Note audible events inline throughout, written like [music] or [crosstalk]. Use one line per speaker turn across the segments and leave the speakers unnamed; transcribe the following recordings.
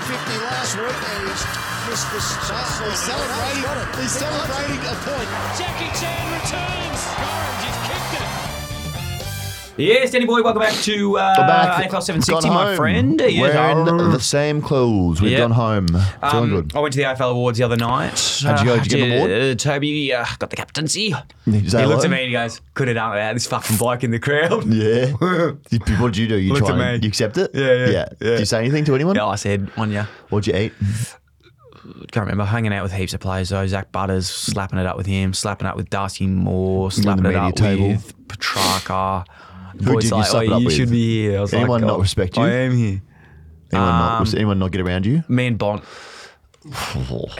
last week and he's missed the shot.
He's celebrating, he's celebrating a point.
Jackie Chan returns. Gorham just kicked it.
Yes, Danny Boy, welcome back to uh,
We're back.
AFL
Gone
760, my
home.
friend. Yes,
Wearing
oh.
the same clothes. We've
Yeah.
gone home. Feeling
Um,
good.
I went to the AFL Awards the other night.
How'd you go? Did you get an
Uh,
award?
uh, Toby uh, got the captaincy. He,
Did you say
looked at
hello?
me and he goes, could have done without this fucking bloke in the [laughs] crowd.
Yeah. You- what did you do? You
Looked
try
at
and-
me.
You accept it?
Yeah, yeah, yeah.
Did you say anything to anyone?
No, I said, on ya.
What'd you eat?
Can't remember. Hanging out with heaps of players though. Zach Butters, slapping it up with him, slapping it up with Darcy Moore, slapping it
media
up
table.
with Petrarca. The
Who
boys
did you
like,
slap
"Oh,
it up
you
with?
should be here. I was
Anyone
like,
not
"Oh,
respect you?
I am here.
Anyone
Um,
not, was anyone not get
[laughs]
around you?
Me and Bont,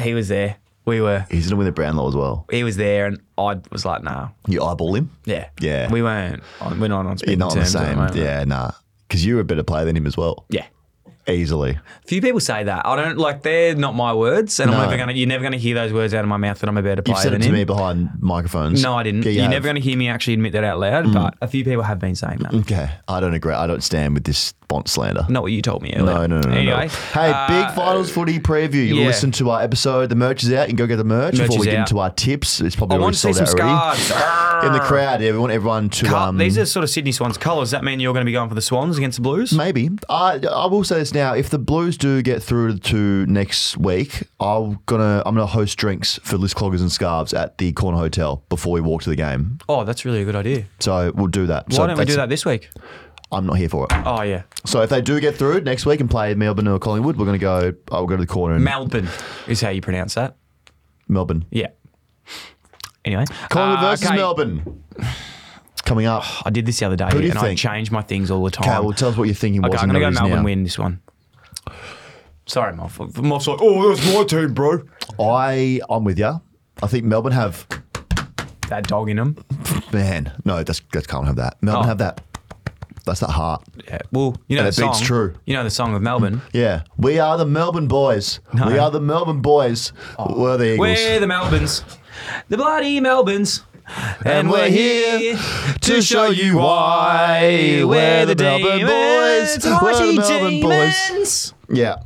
he was there. We were.
He's going to win the Brownlow as well.
He was there, and I was like, nah.
You eyeball him?
Yeah.
Yeah.
We weren't. On, we're not on
You're
speaking
not on the
terms at
same.
moment.
yeah, nah. Because you're a better player than him as well.
Yeah.
Easily.
Few people say that. I don't like. They're not my words, and
No.
I'm never gonna. You're never gonna hear those words out of my mouth that I'm a better player
You've said it
than
to
him.
me behind microphones.
no, I didn't.
Yeah, you
you're
have.
never gonna hear me actually admit that out loud.
Mm.
But a few people have been saying that.
Okay. I don't agree. I don't stand with this Bont slander.
Not what you told me earlier.
No, no, no, no.
Anyway, uh,
no. Hey, big finals footy preview. You'll
yeah.
listen to our episode. The merch is out. You can go get the merch,
Merch
before
is
we get
out.
into our tips. It's
I
probably
want
already
to see
sold
some
out already. [laughs]
scars.
In the crowd, yeah, we want everyone to.
Carl,
Um,
these are sort of Sydney Swans colours. Does that mean you're going to be going for the Swans against the Blues?
Maybe. I I will say this now. If the Blues do get through to next week, I'm gonna I'm gonna host drinks for list cloggers and scarves at the corner hotel before we walk to the game.
Oh, that's really a good idea.
So we'll do that.
Why
so
don't we
that's-
do that this week?
I'm not here for it.
Oh yeah,
So if they do get through next week and play Melbourne or Collingwood, we're gonna go. I'll go to the corner in
Melbourne is how you pronounce that.
Melbourne.
Yeah. Anyway,
Collingwood
Uh,
versus
okay.
Melbourne. It's coming up.
I did this the other day,
do you
and I
think?
change my things all the time.
Okay, well, tell us what you're thinking.
Oh. Okay,
was
I'm
and
gonna go
what it is
Melbourne
now.
win this one. Sorry, Moff. Moff's like, oh, that's my team, bro.
I I'm with you. I think Melbourne have
That dog in him.
man. No, that's that can't have that. Melbourne
Oh.
have that. That's that heart.
Yeah. Well, you know
And
the
it beats
song.
true.
You know the song of
[laughs]
Melbourne.
Yeah, we are the Melbourne boys. We are the Melbourne boys. We're the Eagles.
Oh. We're the Melbournes, the bloody Melbournes, and,
we're
we're
here
here to show you why we're the Melbourne boys.
We're the Melbourne boys.
boys.
yeah,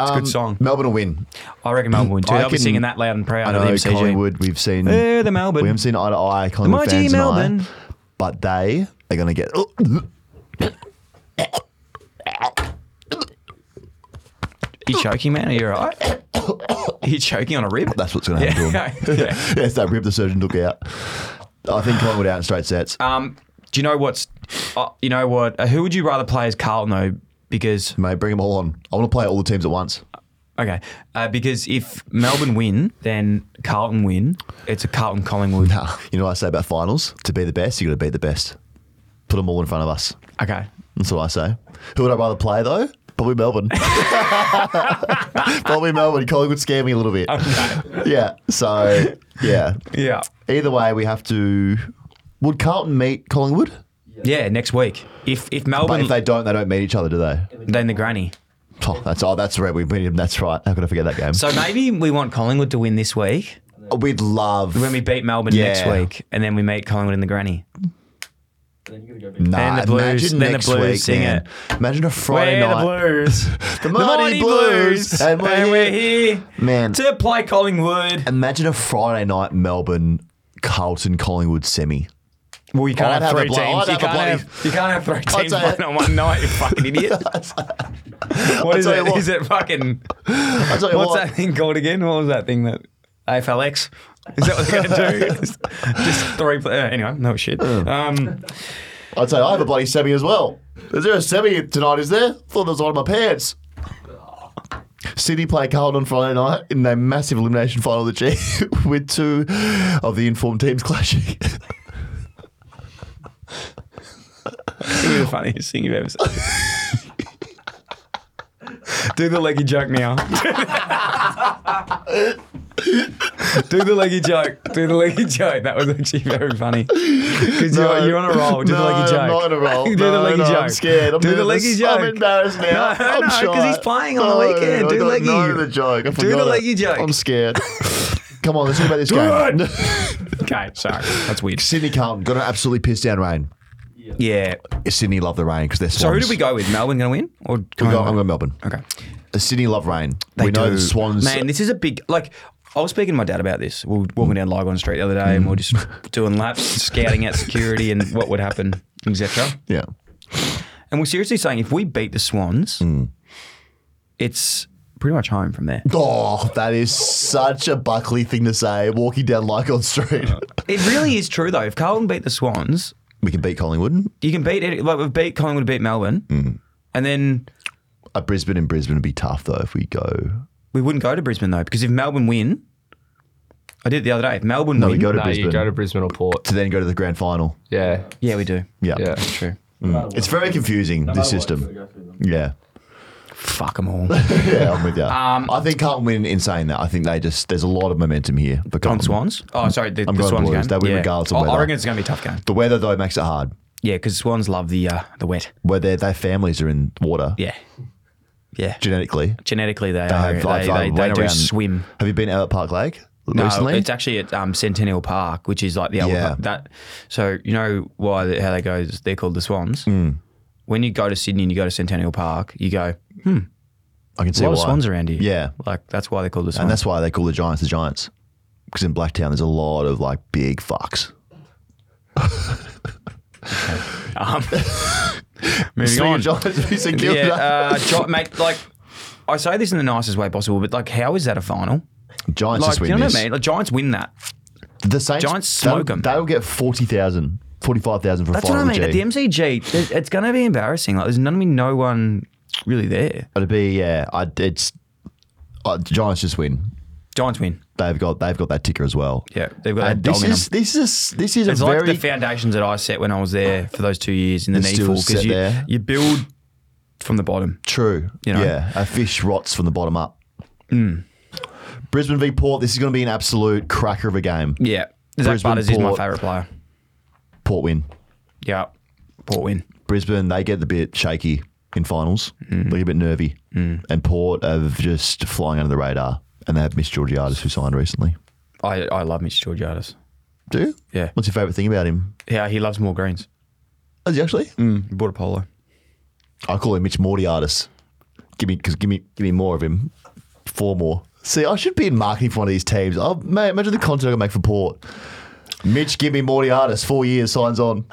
it's
good song.
Melbourne will win.
I reckon Melbourne win too.
I
They'll be
can-
singing that loud and proud.
I
at
know
the MCG.
Collingwood. We've seen
We're the
we
Melbourne.
haven't seen eye to eye Collingwood
The mighty
fans
Melbourne.
tonight, but they are going to get.
you choking, man? Are you [coughs] alright? Are you choking on a rib?
That's what's going to happen to them. [laughs]
Yeah.
yes, that rip the surgeon took out. I think Collingwood out in straight sets.
Um, do you know what's? Uh, you know what? Uh, who would you rather play as Carlton though? Because
Mate, bring them all on. I want to play all the teams at
[laughs]
once.
okay, uh, because if Melbourne win, then Carlton win. It's a Carlton Collingwood.
You know what I say about finals? To be the best, you got to beat the best. Put them all in front of us.
Okay,
That's what I say. Who would I rather play though?
[laughs]
Probably Melbourne. Probably Melbourne. Collingwood scared me a little bit. Yeah. So [laughs] yeah.
yeah,
Either way, we have to. Would Carlton meet Collingwood?
yeah. Next week, if if
But
Melbourne,
if they don't, they don't meet each other, do they?
then the granny.
Oh, that's oh, that's right. We meet them. That's right. How could I forget that game?
So maybe we want Collingwood to win this week
We'd love.
when we beat Melbourne next
Yeah.
week, and then we meet Collingwood in the granny.
nah,
then the Blues- then
imagine
the
next
Blues
week,
sing
man. Imagine a Friday
We're
night. [laughs]
Blues,
The mighty Blues, and
and
we're
we're, here
Man.
to play Collingwood.
Imagine a Friday night Melbourne Carlton Collingwood semi.
Well, you
I'd
can't have
have a
three
blo-
teams.
I'd
You
have a
can't
bloody-
have, you can't have
[laughs]
three teams
tell you-
playing on one night, you fucking
[laughs]
idiot. What is
tell you
it?
what.
Is it fucking.
I tell you
What's
what,
that thing called again? What was that thing that. AFLX? Is that what they're
[laughs]
going to do? Just- Just three. Play- uh, anyway, no shit. Um,
I'd say I have a bloody semi as well. Is there a semi tonight? Is there? Thought there was one of my pants. City play Carlton on Friday night in a massive elimination final of the G [laughs] with two of the informed teams clashing.
it's going to be the funniest thing you've ever seen. do the leggy joke now. do the leggy joke. Do the leggy joke. That was actually very funny. Because
No.
you're, you're on a roll. Do
no,
the leggy joke.
I'm not
[laughs]
on a roll.
do the
No,
leggy
no,
joke.
I'm scared. I'm
do the
nervous.
leggy
I'm
joke.
embarrassed now.
[laughs] No,
I'm
no, 'cause
shy.
he's playing on the
No,
weekend.
I
Do
don't
leggy.
know the joke.
Do
I
the
forgot it.
leggy joke.
I'm scared. [laughs] Come on, let's talk about this game.
Okay, sorry. That's weird.
Sydney Carlton got to absolutely piss down rain.
Yeah.
Sydney love the rain because they're
So
swans.
who did we go with? Melbourne going to win? Or
We got, I'm going Melbourne.
Okay.
The Sydney love rain. we know
do.
the Swans.
Man, this is a big like. I was speaking to my dad about this. We were walking down Lygon Street the other day, and we were just
Mm.
doing laps, scouting out security and what would happen, etc.
Yeah.
And we're seriously saying if we beat the Swans,
Mm.
it's pretty much home from there.
Oh, that is such a Buckley thing to say. Walking down Lycon Street,
It really is true though. If Carlton beat the Swans,
[laughs] we can beat Collingwood.
you can beat it. Like we've beat Collingwood, beat Melbourne,
Mm.
and then
Uh, Brisbane and Brisbane would be tough though if we go.
we wouldn't go to Brisbane though because if Melbourne win, I did it the other day. If Melbourne
No,
win,
we go to
No,
Brisbane
you go to Brisbane or Port.
to then go to the grand final.
Yeah,
yeah, we do.
Yeah,
yeah.
True.
it's very confusing this
We
system.
go through them.
Yeah,
Fuck them all.
yeah, I'm with you.
Um,
I think Carlton win in saying that. I think they just there's a lot of momentum here for
On
Carlton.
Swans. Oh, sorry, the, the
going
Swans
Blues.
game.
That win regardless of
I- I
weather.
reckon it's going to be a tough game.
The weather though makes it hard.
Yeah, because Swans love the uh, the wet.
Where their their families are in water
Yeah, yeah.
genetically.
Genetically, they
I-
are, they,
I- I
they,
went
they do
around-
swim.
Have you been out at Park Lake
No,
recently?
it's actually at um, Centennial Park, which is like the old
Yeah.
that. So you know why they- how they go? is They're called the Swans.
Hmm.
When you go to Sydney and you go to Centennial Park, you go
I can see
a lot
why.
of swans around here.
Yeah,
like that's why they're called the Swans.
and that's why they call the Giants the Giants. Because in Blacktown, there's a lot of like big fucks.
um,
[laughs]
[laughs] moving
Speaking
on.
of Giants, we said Gilda.
yeah, uh, jo- mate. Like I say this in the nicest way possible, but like, how is that a final?
Giants
Like,
just win
you know
this.
what I mean? Like Giants win that.
The Saints,
Giants
they'll-
smoke 'em.
They'll get 40,000, 45,000 for
That's
final
what I mean. At
G.
the MCG, it- it's going to be embarrassing. Like, there's going to be no one really there.
It'd be yeah. I, it's uh, Giants just win.
Giants win.
They've got they've got that ticker as well.
Yeah, they've got that
And
dog
this
in
is, this is this is
It's
a
like
very
the foundations that I set when I was there for those two years in the
They're still
needful
set
because you,
there.
you build from the bottom.
true.
you know. Hmm.
Yeah, a fish rots from the bottom up. Brisbane v Port. This is going to be an absolute cracker of a game.
Yeah. Zach
Brisbane,
Butters is my
Port.
favourite player.
Port win.
Yeah. Port win.
Brisbane they get a bit shaky in finals.
Hmm.
They get a bit nervy, and Port have just flying under the radar. And they have Miss Georgiades who signed recently.
I, I love Mitch Georgiadis.
Do you?
Yeah.
What's your favourite thing about him?
Yeah, he loves more greens.
Does he actually?
He bought a polo.
I call him Mitch Mortiartis. Give me, cause give me, give me more of him. Four more. See, I should be in marketing for one of these teams. Oh, mate, imagine the content I can make for Port. Mitch, give me Mortiartis. Four years signs on.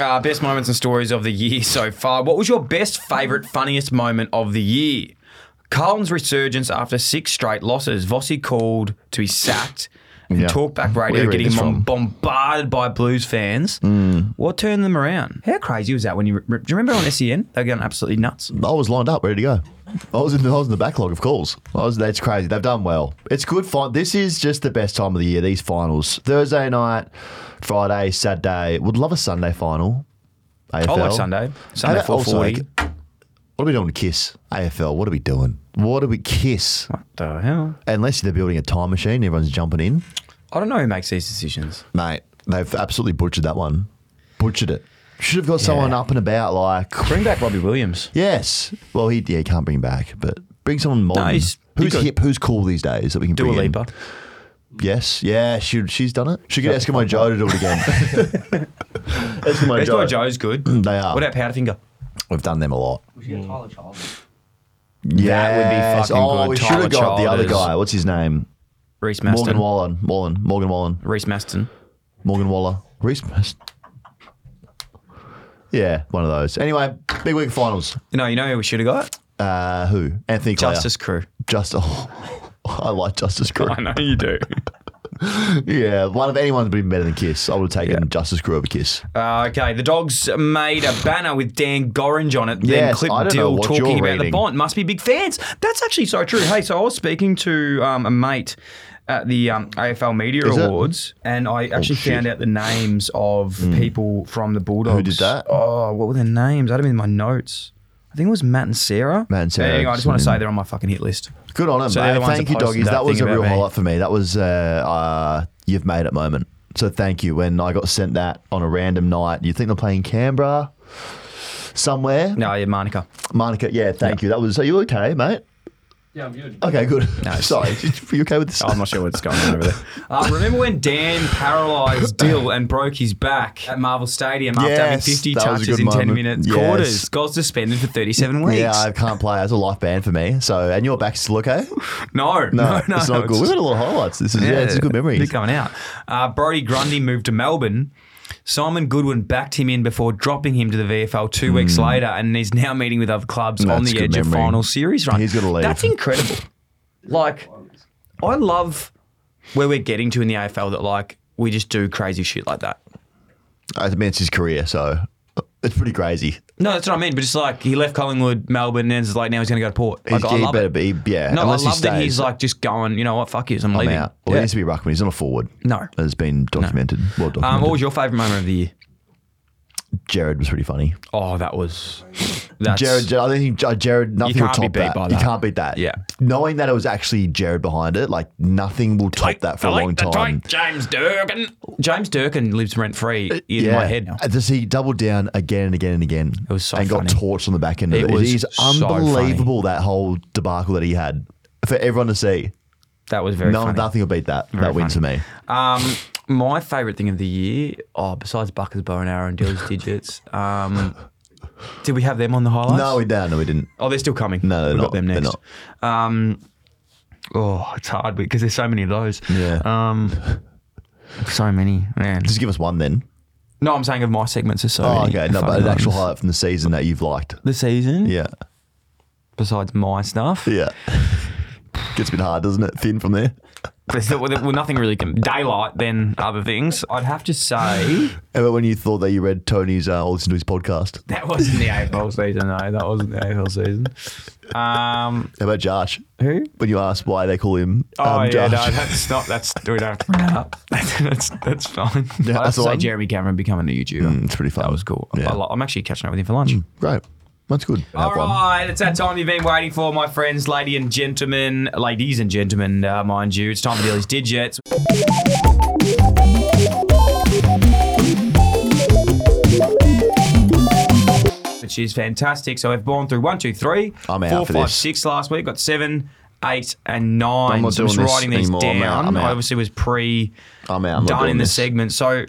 Uh, best moments and stories of the year so far. What was your best, favourite, funniest moment of the year? Carlton's resurgence after six straight losses. Vossi called to be sacked. And
Yeah.
Talkback
Where
Radio
did
getting
this
bom-
from? Hmm.
bombarded by Blues fans. What turned them around? How crazy was that when you. Re- do you remember on SEN? They were going absolutely nuts.
I was lined up, ready to go. I was in, I was in the backlog of calls. I was. That's crazy. They've done well. It's good fun. This is just the best time of the year. These finals: Thursday night, Friday, Saturday. Would love a Sunday final. AFL.
I like Sunday. Sunday
And also,
440.
What are we doing to Kiss AFL? What are we doing? What are we Kiss?
What the hell?
Unless they're building a time machine, everyone's jumping in.
I don't know who makes these decisions.
Mate, they've absolutely butchered that one. Butchered it. Should have got someone up and about, like.
Bring back Robbie Williams.
Yes. Well, he, yeah, he can't bring him back, but bring someone modern.
he's- he
who's
could.
hip, who's cool these days that we can
Do a
bring in?
leaper.
Yes. Yeah, she, she's done it. Should get Eskimo Joe to do
[laughs]
it again. Eskimo
Best by
Joe.
Joe's good.
[clears throat] They are.
What about Powderfinger?
We've done them a lot.
We should get Tyler Childers.
Mm. That would be
Yes.
fucking
oh,
good.
we should
Tyler
have got the other
Childers.
guy. What's his name?
Reese Maston.
Morgan Wallen. Wallen. Morgan Wallen.
Reese Maston.
Morgan Waller, Reese. Mas- Yeah, one of those. Anyway, big week finals.
You know, you know who we should have got?
Uh, who? Anthony Clare.
Justice Crew.
Just. [laughs] Oh, I like Justice
[laughs]
Crew.
know you do.
Yeah, one of anyone's been better than Kiss. I would have taken Justice Crew over Kiss.
Uh, okay, the dogs made a banner with Dan Gorringe on it. Then
Yes,
Clip
I don't know
Dill
what
talking
you're
about the
reading.
bond. Must be big fans. That's actually so true. Hey, so I was speaking to um, a mate at the um, AFL Media
Is it? Oh,
Awards, and I actually
shit. Hmm.
found out the names of people from the Bulldogs.
did that?
Oh, what were their names? I had them in my notes. I think it was Matt and Sarah.
Matt and Sarah. Hmm.
Anyway, I just want to say they're on my fucking hit list.
Good on him.
So they're the ones
thank
that
you,
posted
doggies.
that
That was a
thing about
real
me.
highlight for me. That was uh, uh, you've made it moment. So thank you. When I got sent that on a random night, you think they're playing Canberra somewhere?
No, yeah, Monica.
Monica, yeah, thank you. That was. Are you okay, mate?
Yeah, I'm good.
Okay, good. [laughs] Sorry. Are you okay with this?
Oh, I'm not sure what's going on over there. [laughs] Uh, remember when Dan
[laughs]
paralysed Dill and broke his back at Marvel Stadium after having
Yes,
50
that was a
touches
good
in 10
moment.
minutes?
Yes.
Quarters. Got suspended for 37 weeks.
Yeah, I can't play. It's a life ban for me. So, and your back's still okay?
no, [laughs] no, no.
No, it's not
no,
good. We've had a lot of highlights. This is yeah, it's a good memory.
They're coming out. Uh, Brody Grundy moved to Melbourne. Simon Goodwin backed him in before dropping him to the VFL two weeks later, and he's now meeting with other clubs on
Hmm. That's
the
good
edge of
memory.
final series run.
He's gotta leave.
That's incredible. like, I love where we're getting to in the AFL. That like we just do crazy shit like that.
I mean, it's his career, so uh, it's pretty crazy.
No, that's what I mean. But it's like he left Collingwood, Melbourne, and it's like now he's going to go to Port. Like,
He's,
I
he
love
better
it.
be, yeah.
No, I
unless he
love that
stays,
he's like just going. You know what? Fuck it, I'm,
I'm
leaving.
out. Well,
Yeah.
he needs to be a ruckman. He's not a forward.
No.
It's been documented. Well documented.
um, what was your favourite moment of the year?
Jared was pretty funny.
Oh, that was that's,
Jared, Jared, I don't think uh, Jared, nothing will
can't be
top
beat
that.
by
You
that.
can't beat that.
Yeah.
Knowing that it was actually Jared behind it, like nothing will top that for a long time.
James Durkin. James Durkin lives rent free in my head now.
Uh, Just he doubled down again and again and again. It
was so
and got
funny.
torched on the back end. Of
It
it,
was
it is
so
unbelievable that whole debacle that he had for everyone to see.
That was very
no,
funny.
nothing will beat that. that wins for me.
Um, my favourite thing of the year, oh, besides Buckers bow and arrow and Dill's digits,
[laughs]
um, did we have them on the highlights?
No, we don't. No, we didn't.
Oh, they're still coming.
No, they're
We've
not.
got them
They're
next. Um, oh, it's hard because there's so many of those.
Yeah.
Um, so many, man.
Just give us one then.
No, I'm saying of my segments are so.
Oh,
many
okay. No, but
fucking
an actual
ones.
highlight from the season that you've liked.
the season.
Yeah.
Besides my stuff.
Yeah. [laughs] Gets a bit hard, doesn't it? Thin from there.
There's no- well, nothing really can daylight than other things. I'd have to say
How about when you thought that you read Tony's uh, or listened to his podcast?
that wasn't the AFL season. No, that wasn't the AFL season. Um,
How about Josh?
who?
When you asked why they call him um,
Oh yeah,
Josh.
no, that's not. That's we don't have to bring that up. [laughs] that's that's fine. I'd
Yeah,
have
that's
to
the
say
one.
Jeremy Cameron becoming a YouTuber.
Mm, it's pretty fun.
That was cool.
Yeah. Mm.
I lo- I'm actually catching up with him for lunch.
[laughs] Great. That's good.
All
Have one.
right, it's that time you've been waiting for, my friends, lady and gentlemen, ladies and gentlemen, uh, mind you. It's time for Dilly's Digits. Which is fantastic. So I've gone through one, two, three,
I'm out
four,
for
five,
this.
six last week. Got seven, eight, and nine.
I'm not
so I'm just
doing this
writing these
anymore. I'm out.
down.
I'm out.
I obviously was pre
I'm out. I'm not
done
doing
in the
this.
segment. So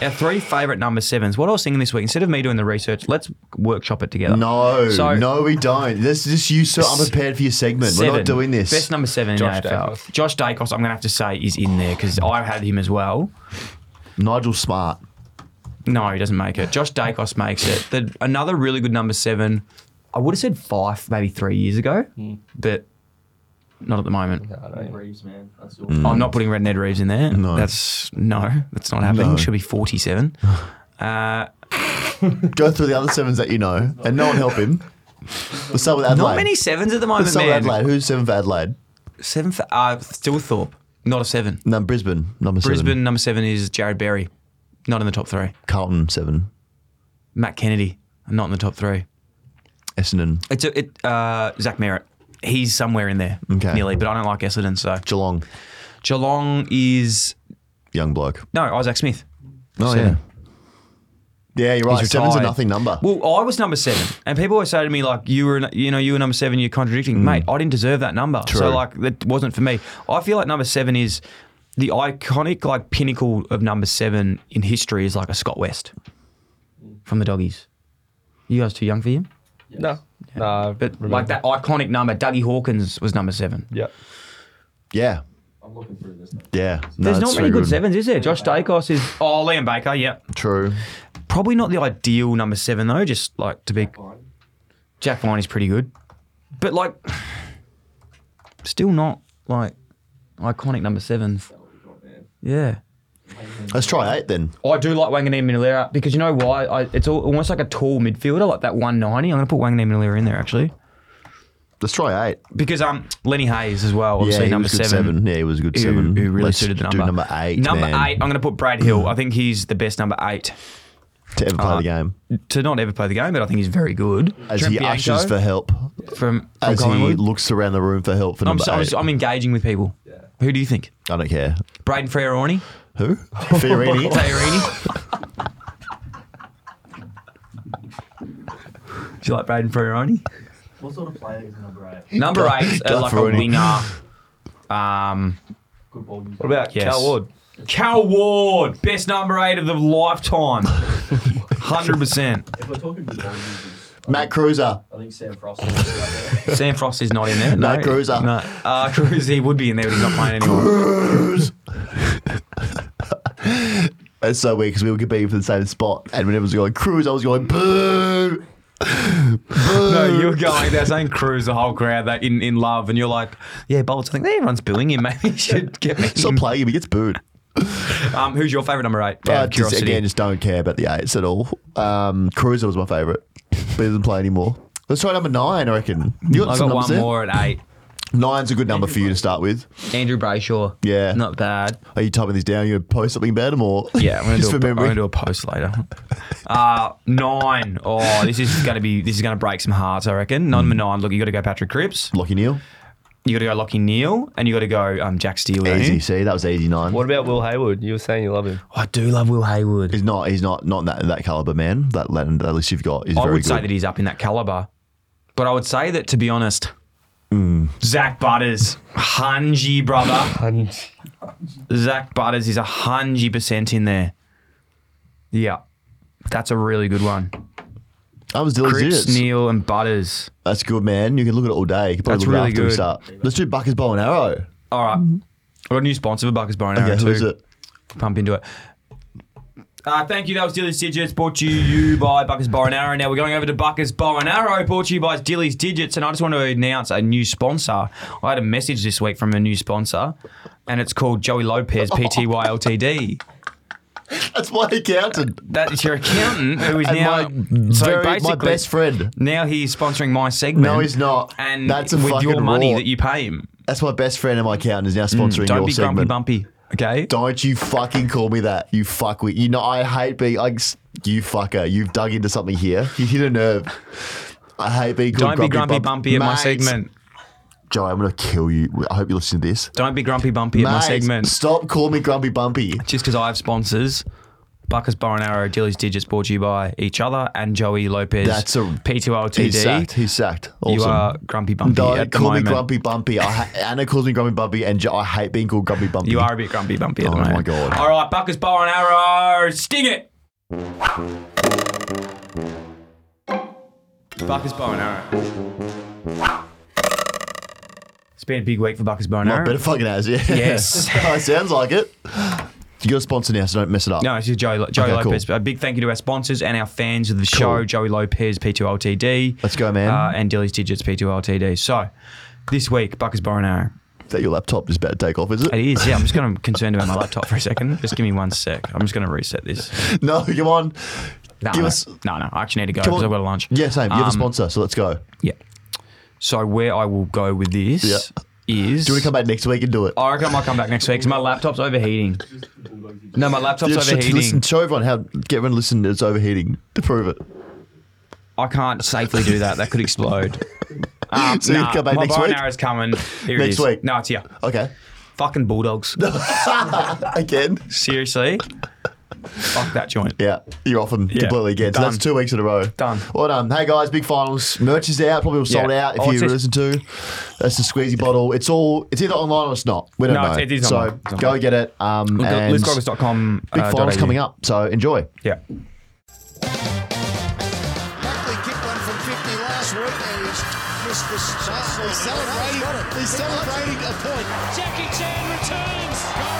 our three favourite number sevens. What I was thinking this week, instead of me doing the research, let's workshop it together.
No,
So-
no, we don't. This is just you so unprepared for your segment. we We're
Seven.
not doing this.
Best number seven
Josh
in the AFL.
Dacos.
Josh Dacos, I'm going to have to say, is in there because I had him as well.
Nigel Smart.
No, he doesn't make it. Josh Dacos makes it. The, another really good number seven. I would have said five, maybe three years ago, but not at the moment.
Hmm. I don't Reeves, man. That's all.
Mm.
I'm not putting Red Ned Reeves in there.
No.
That's no, that's not happening.
No.
Should be
[laughs]
47.
Go through the other sevens that you know, and no one help him. Let's start with Adelaide.
Not many sevens at the moment,
Let's start with
man.
Adelaide. Who's seven for Adelaide?
Seven for uh, still Thorpe, not a seven.
No, Brisbane number seven.
Brisbane number seven is Jared Berry, not in the top three.
Carlton seven.
Matt Kennedy, not in the top three.
Essendon,
It's a, it uh, Zach Merritt. He's somewhere in there,
Okay.
nearly. But I don't like Essendon, so
Geelong,
Geelong is
young bloke.
no Isaac Smith.
Oh
Seven.
yeah, yeah, you're right.
He's
Seven's a
retired.
nothing number.
Well, I was number seven, and people always say to me like, "You were, you know, you were number seven. You're contradicting, mate. I didn't deserve that number. So
Hmm. True.
like, that wasn't for me. I feel like number seven is the iconic like pinnacle of number seven in history is like a Scott West from the Doggies. You guys too young for him,
No. Nah,
but like that iconic number. Dougie Hawkins was number seven.
Yeah.
yeah,
I'm looking through this. Now.
yeah. No,
There's
it's
not
very
many good, sevens, is there? Josh Dacos is. Oh, Liam Baker, yeah.
True.
Probably not the ideal number seven, though, just like to be.
Fine.
Jack Vine is pretty good. But, like, still not like iconic number sevens. Yeah.
Let's try eight then.
I do like Wanganeen Minolera because you know why? I, it's al almost like a tall midfielder, like that 190. I'm going to put Wanganeen Minolera in there, actually.
Let's try eight.
Because um, Lenny Hayes as well,
Yeah,
obviously,
he
number
was good
seven.
Yeah, he was a good
Who,
seven.
who really
Let's
suited the
do
number.
number eight.
Number
man,
eight. I'm going to put Brad Hill. I think he's the best number eight.
to ever
uh,
play the game
to not ever play the game, but I think he's very good.
as
Trent
he
Bianco
ushers for help.
from, from
As he
Collingwood.
looks around the room for help for
I'm,
number
so, I'm,
eight.
so- I'm engaging with people. Who do you think?
I don't care.
Braden Frere Orney? [laughs]
Who? Fiorini. [laughs]
Fiorini? do you like Braden Frere Orney?
What sort of player is number eight?
Number eight, uh, like a
Rooney.
winger. Um,
Good ball.
What about
Yes.
Cal Ward?
Cal Ward, best number eight of the lifetime. 100%.
If we're talking good ball users,
Matt Cruiser.
I think Sam Frost is right there.
Sam Frost is not in there. No,
No, Cruiser.
No. Uh, Cruz, he would be in there, but he's not playing anymore.
That's so weird because we were competing for the same spot, and when everyone was going Cruz, I was going boo.
no, you were going there saying Cruz, the whole crowd, they in, in love, and you're like, yeah, Bolts, I think everyone's booing him. Maybe you should get me.
Stop playing him; he gets booed.
Um, who's your favourite number eight?
Yeah,
Yeah,
Uh, just,
curiosity.
again, just don't care about the eights at all. Um, Cruiser was my favourite, but he doesn't play anymore. Let's try number nine. I reckon you got
I
some
got
numbers
one
there.
more at eight.
Nine's a good number for you to start with.
Andrew Brayshaw.
Yeah.
Not
[laughs]
bad.
Are you typing this down? You gonna post something about him or
Yeah, I'm gonna,
[laughs] just
do a,
for
I'm
memory?
gonna do a post
[laughs]
later. Uh, nine. Oh, this is gonna be this is gonna break some hearts, I
Mm.
reckon. Number nine. Look, you got to go Patrick Cripps.
Lockie Neal,
You got to go Lockie Neal, and you got to go um, Jack Steele. don't
easy.
you?
See, that was easy nine.
What about Will Hayward? You were saying you love him.
I do love Will Hayward.
He's not. He's not. Not that that caliber man. That that that list you've got is
I
very
would
good.
say that he's up in that caliber, but I would say that to be honest,
Mm.
Zach Butters, Hungy brother, Zach Butters is a hundred percent in there. Yeah, that's a really good one.
I was dealing
Cripps,
serious.
Neal, and Butters.
That's good, man. You can look at it all day. You can probably
That's
look
really
at it after we
good.
start. Let's do Buckers Bow and Arrow.
All right. I've got a new sponsor for Buckers Bone Arrow
Okay, who
too.
is it? [laughs]
Pump into it. Uh, thank you. That was Dilly's Digits, brought to you by Buckers Bow and Arrow. Now we're going over to Buckers Bow and Arrow, brought to you by Dilly's Digits. And I just want to announce a new sponsor. I had a message this week from a new sponsor, and it's called Joey Lopez Pty Ltd.
That's my accountant.
That is your accountant who is
And
now
my,
so
very, my
basically-
best friend.
Now he's sponsoring my segment.
No, he's not.
And
That's a
with your
fucking
money
rot.
that you pay him.
That's my best friend and my accountant is now sponsoring
Don't
your
be grumpy
segment.
bumpy. Okay.
Don't you fucking call me that. You fuck with you know I hate being I, you fucker. You've dug into something here. [laughs] You hit a nerve. I hate being called
Don't be grumpy
bump-
bumpy at my
Mate,
segment.
Joe, I'm gonna kill you. I hope you listen to this.
Don't be grumpy bumpy at my
Mate,
segment.
Stop calling me grumpy bumpy.
Just because I have sponsors. Buckers Bow and Arrow, Dilly's Digits brought to you by each other and Joey Lopez.
That's a-
P2LTD.
He's sacked. He's sacked. Awesome.
You are grumpy bumpy
Don't
at the
call
moment.
me grumpy bumpy. I ha- Anna calls me grumpy bumpy, and Jo- I hate being called grumpy bumpy.
You are a bit grumpy bumpy at
Oh
the moment.
my God.
All right, Buckers Bow and Arrow, sting it. Buckers Bow and Arrow. It's been a big week for Buckers Bow and
My
Arrow.
better fucking ass. Yeah.
Yes.
[laughs] it sounds like it. You got a sponsor now, so don't mess it up.
No, it's just Joey, Joey
Okay, cool.
Lopez. A big thank you to our sponsors and our fans of the show, Joey Lopez, P2LTD.
Let's go, man.
Uh, and Dilly's Digits, P2LTD. So, this week, Buckers Bow and Arrow.
that your laptop is about to take off, is it?
It is, yeah. I'm just [laughs] going to concerned about my laptop for a second. Just give me one sec. I'm just going to reset this.
[laughs] No, come on.
No,
Give
no,
us-
no, no. I actually need to go
Come
because
on.
I've got a lunch.
Yeah, same. You have a
Um,
sponsor, so let's go. Do
Yeah. So where I will go with this is.
you want to come back next week and do it?
I reckon I might come back next week because my laptop's overheating. No, my laptop's
Yeah, sh-
overheating.
listen, show everyone how get everyone to listen. It's overheating to prove it.
I can't safely do that. That could
[laughs]
explode. Um,
So you come back
my
next
bow and
week?
arrow's coming. Here it is.
Next week.
No, it's here.
Okay. [laughs]
Fucking bulldogs.
Again. [laughs]
Seriously. Fuck that joint.
Yeah, you're off them
Yeah,
completely again. So
done.
that's two weeks in a row.
Done.
Well done. Hey guys, big finals. Merch is out. Probably all sold
Yeah.
out if
Oh,
you
it's-
listen to. That's the squeezy bottle. It's all. It's either online or it's not. We don't
No,
know.
it's- it is
so
online. It's
go
online.
get it. Um, and
Lizgroggers.com.
big finals coming up. So enjoy.
Yeah.
Buckley kicked one from 50 last week and he's missed the start. He's celebrating, he's celebrating a point.
Jackie Chan returns. Goal